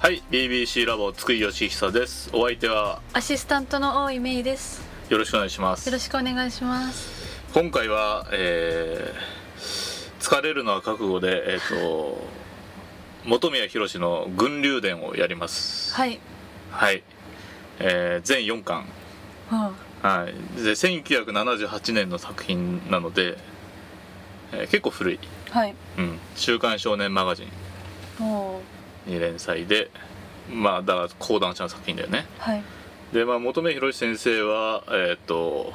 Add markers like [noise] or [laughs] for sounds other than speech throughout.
はい、BBC ラボ津久井義久です。お相手はアシスタントの大井芽衣です。よろしくお願いします。よろしくお願いします。今回は、えー疲れるのは覚悟で、えっ、 [laughs] と本宮宏の群流伝をやります。い。はい。はい。えー全4巻。ははい。で、1978年の作品なので、えー結構古い。あ、はい。うん。週刊少年マガジンおーに連載で、まあだから講談社の作品だよね。はい。でまあ求目博先生はえーっ、と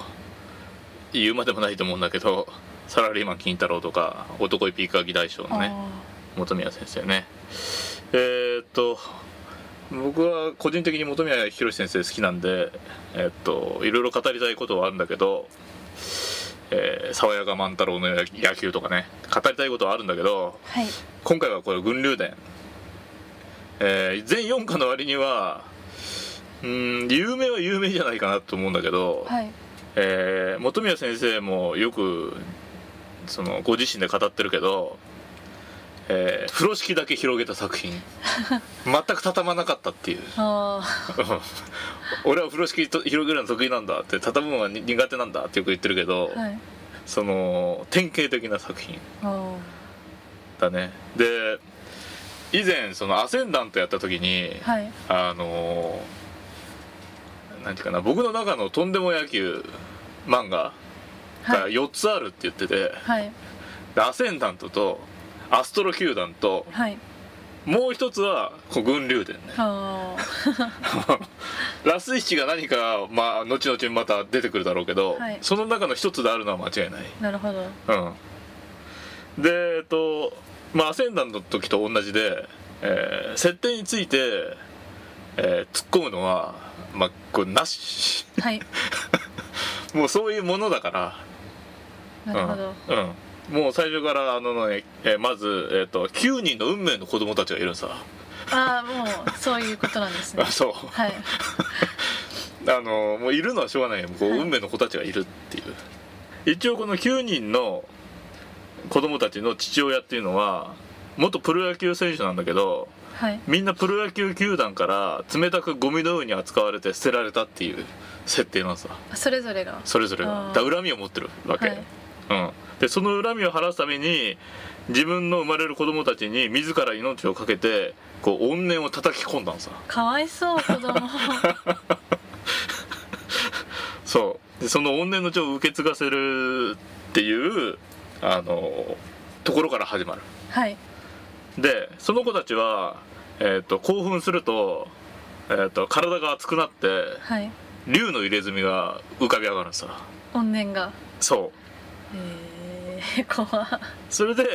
言うまでもないと思うんだけどサラリーマン金太郎とか男いピーカー議大賞のね本宮先生ねえーっ、と僕は個人的に本宮博先生好きなんでえーっ、といろいろ語りたいことはあるんだけどえー爽やか万太郎の野野球とかね語りたいことはあるんだけどあーはい。今回はこれ群流伝、えー全4巻の割にはうーん有名は有名じゃないかなと思うんだけど、はい。えー本宮先生もよくそのご自身で語ってるけど、えー風呂敷だけ広げた作品 [laughs] 全く畳まなかったっていう [laughs] あ俺は風呂敷と広げるの得意なんだって畳むのはに苦手なんだってよく言ってるけど、あ。はい。その典型的な作品おーだねで以前そのアセンダントやった時に、はい。あのーなんていうかな僕の中のとんでも野球漫画がはい。 4つあるって言ってて、はい。でアセンダントとアストロ球団とはい。もう一つはこう群竜伝ねあラスイチが何か、まあ、後々また出てくるだろうけど、はいその中の一つであるのは間違いないあ。なるほど。うん、でえっとまあアセンダントの時と同じで、えー設定について、えー突っ込むのはまあこれなしはい。もうそういうものだからなるほど。うんうん、もう最初からあの、ねえーまず、えっと9人の運命の子供たちがいるんさああ、もう、そういうことなんですねあ。そうはい。あのもういるのはしょうがないよこうはい運命の子たちがいるっていう、一応この9人の子供たちの父親っていうのは元プロ野球選手なんだけどはい。みんなプロ野球球団から冷たくゴミのように扱われて捨てられたっていう設定なんさそれぞれが。それぞれがあーだから恨みを持ってるわけ、はいうん、でその恨みを晴らすために自分の生まれる子供たちに自ら命を懸けてこう怨念を叩き込んだんさかわいそう、子供。 [laughs] そうでその怨念の血を受け継がせるっていうあのところから始まるはい。でその子たちは、えー、と興奮すると,、えー、と体が熱くなってはい。竜の入れ墨が浮かび上がるんさ怨念が。そうええ、怖っ。それで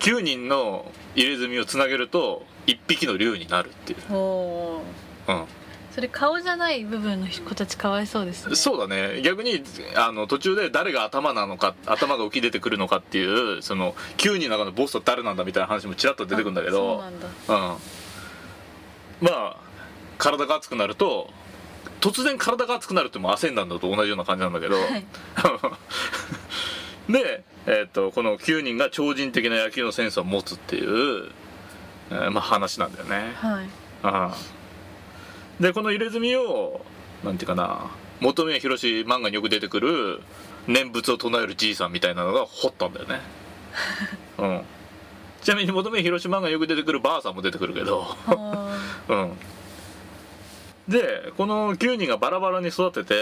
9人の入れ墨をつなげると1匹の竜になるっていう、おーうそれ顔じゃない部分の子たちかわいそうですねん、そうだね逆にあの途中で誰が頭なのか頭が浮き出てくるのかっていうその9人の中のボスは誰なんだみたいな話もちらっと出てくるんだけあそうどなんだうん、まあ体が熱くなると突然体が熱くなるってもう焦んだのと同じような感じなんだけど、はい [laughs] で、えー、とこの9人が超人的な野球のセンスを持つっていう、えーまあ、話なんだよね。はいうんでこの入れ墨をなんていうかな本宮宏漫画によく出てくる念仏を唱えるじいさんみたいなのが掘ったんだよね。うん、ちなみに本宮宏漫画によく出てくるばあさんも出てくるけど。あうん、でこの9人がバラバラに育てて、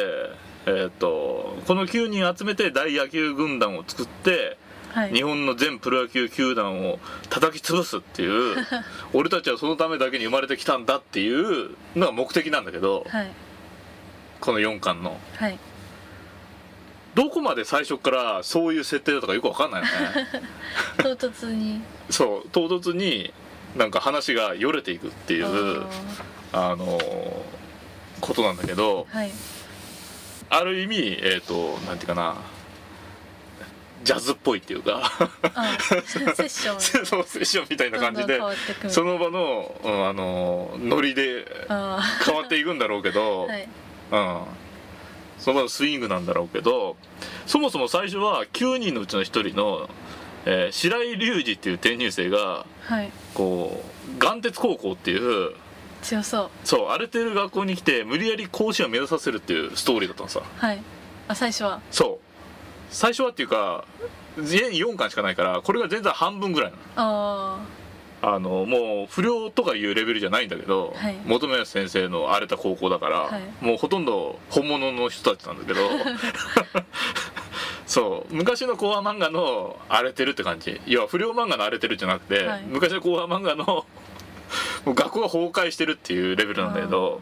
えー、とこの9人集めて大野球軍団を作ってーはい日本の全プロ野球球団を叩き潰すっていう [laughs] 俺たちはそのためだけに生まれてきたんだっていうのが目的なんだけどはいこの4巻のはいどこまで最初からそういう設定だったかよく分かんないよね [laughs] 唐突にそう唐突になんか話がよれていくっていうあーあのーことなんだけどはいある意味えっ、となんていうかなジャズっぽいっていうかあ [laughs] ーセッションそうセッションみたいなど感んどじんで変わってくみたそいなの場の、うんあのーノリであ変わっていくんだろうけど、ー [laughs] はいうん、その場のスイングなんだろうけどそもそも最初は9人のうちの1人の、えー白井隆二っていう転入生がはいこう眼鉄高校っていう強そうそう荒れてる学校に来て無理やり甲子園を目指させるっていうストーリーだったのさはいあ最初はそう最初はっていうか全4巻しかないからこれが全然半分ぐらいなのああのもう不良とかいうレベルじゃないんだけど、はい求め先生の荒れた高校だから、はいもうほとんど本物の人たちなんだけど [laughs] そう昔のコア漫画の荒れてるって感じいや不良漫画の荒れてるじゃなくて、はい昔のコア漫画の [laughs] もう学校が崩壊してるっていうレベルなんだけど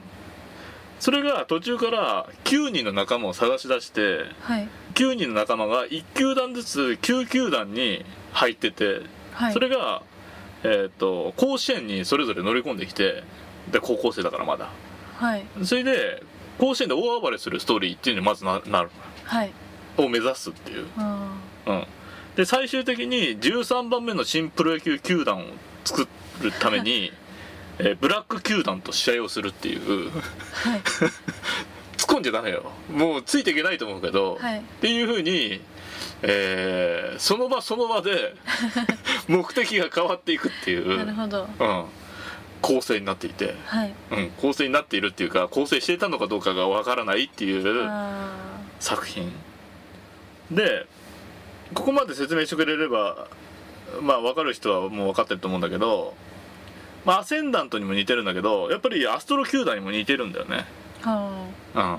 それが途中から9人の仲間を探し出してあはい9人の仲間が1球団ずつ9球団に入っててはいそれが、えー、と甲子園にそれぞれ乗り込んできてで高校生だからまだはいそれで甲子園で大暴れするストーリーっていうのにまずななるはいを目指すっていう、あうん、で最終的に13番目の新プロ野球球団を作るため [laughs] に、えーブラック球団と試合をするっていうーはい突っ込んじゃダメよもうついていけないと思うけど、はいっていうふうに、えーその場その場 [laughs] で目的が変わっていくっていうなるほどうん、構成になっていて、はいうん、構成になっているっていうか構成していたのかどうかがわからないっていうあ作品でここまで説明してくれればまあ分かる人はもう分かってると思うんだけど、まあ、アセンダントにも似てるんだけどやっぱりアストロ球団にも似てるんだよね、ーあうん、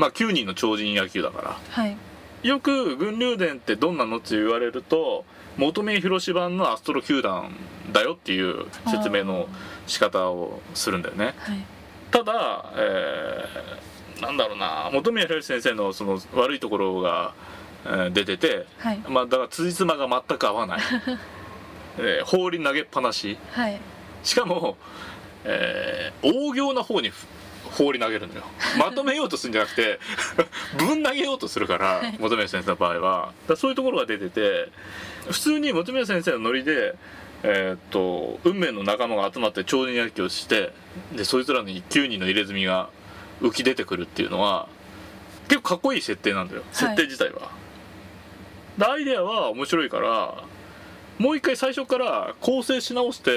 まあ9人の超人野球だからーはいよく群流伝ってどんなのって言われると元目広島版のアストロ球団だよっていう説明の仕方をするんだよねはいただ、えーなんだろうな本宮宏先生のその悪いところが、えー出てて、はいまあ、だから辻褄が全く合わない、 [laughs] えー放り投げっぱなしはいしかも、えー大行な方にふ放り投げるのよまとめようとするんじゃなくて [laughs] ぶん投げようとするからはい本宮先生の場合はだからそういうところが出てて普通に本宮先生のノリで、えーっと運命の仲間が集まって超人野球をしてでそいつらに9人の入れ墨が浮き出てくるっていうのは結構かっこいい設定なんだよ設定自体は。でアイデアは面白いからもう一回最初から構成し直して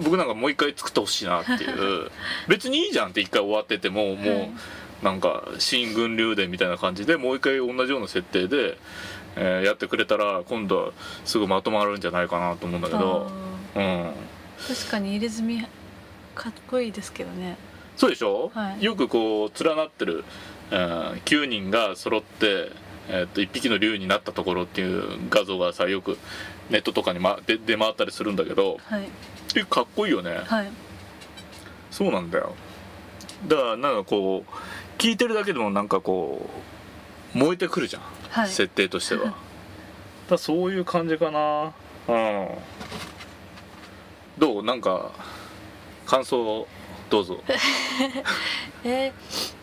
うん僕なんかもう一回作ってほしいなっていう [laughs] 別にいいじゃんって一回終わっててももう、はいなんか新軍流伝みたいな感じでもう一回同じような設定で、えーやってくれたら今度はすぐまとまるんじゃないかなと思うんだけどあ、うん、ー確かに入れ墨かっこいいですけどねそうでしょ、はいよくこう連なってる、えー9人が揃って、えーっと1匹の竜になったところっていう画像がさよくネットとかに、ま、で出回ったりするんだけどはいえかっこいいよね。はいそうなんだよだからなんかこう聞いてるだけでもなんかこう燃えてくるじゃん、はい設定と [laughs] してはだからそういう感じかなうんどうなんか感想をど [laughs] うぞえ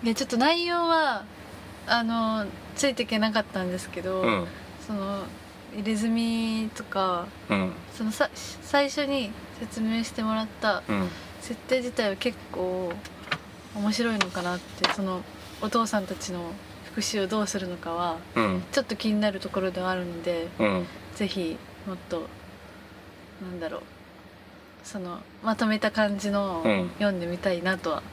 ーいやちょっと内容はあのついていけなかったんですけど、うんその入れ墨とかうんそのさ最初に説明してもらったうん設定自体は結構面白いのかなってそのお父さんたちの復讐をどうするのかはうんちょっと気になるところではあるのでうんぜひもっとなんだろうそのまとめた感じのをうん読んでみたいなとは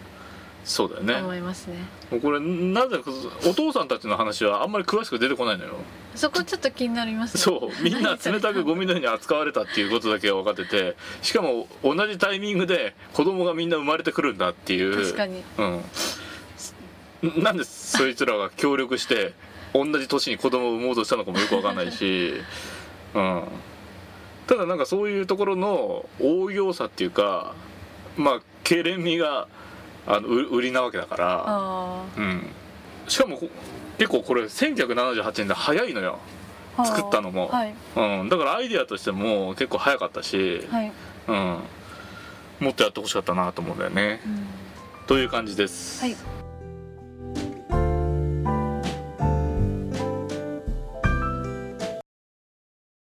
そうだよね思いますね。もうこれなぜかお父さんたちの話はあんまり詳しく出てこないのよそこちょっと気になりますね。そうみんな冷たくゴミ。ミのように扱われたっていうことだけが分かっててしかも同じタイミングで子供がみんな生まれてくるんだっていう確かに。うん、なんでそいつらが協力して同じ年に子供を産もうとしたのかもよく分かんないし、うん、ただなんかそういうところの応用さっていうかまあけれみがあのう売りなわけだから、あうん、しかもこ結構これ1978年で早いのよ。あ。作ったのもはいうん、だからアイデアとしても結構早かったし、はい。うん、もっとやってほしかったなと思うんだよね。うんという感じです。はい。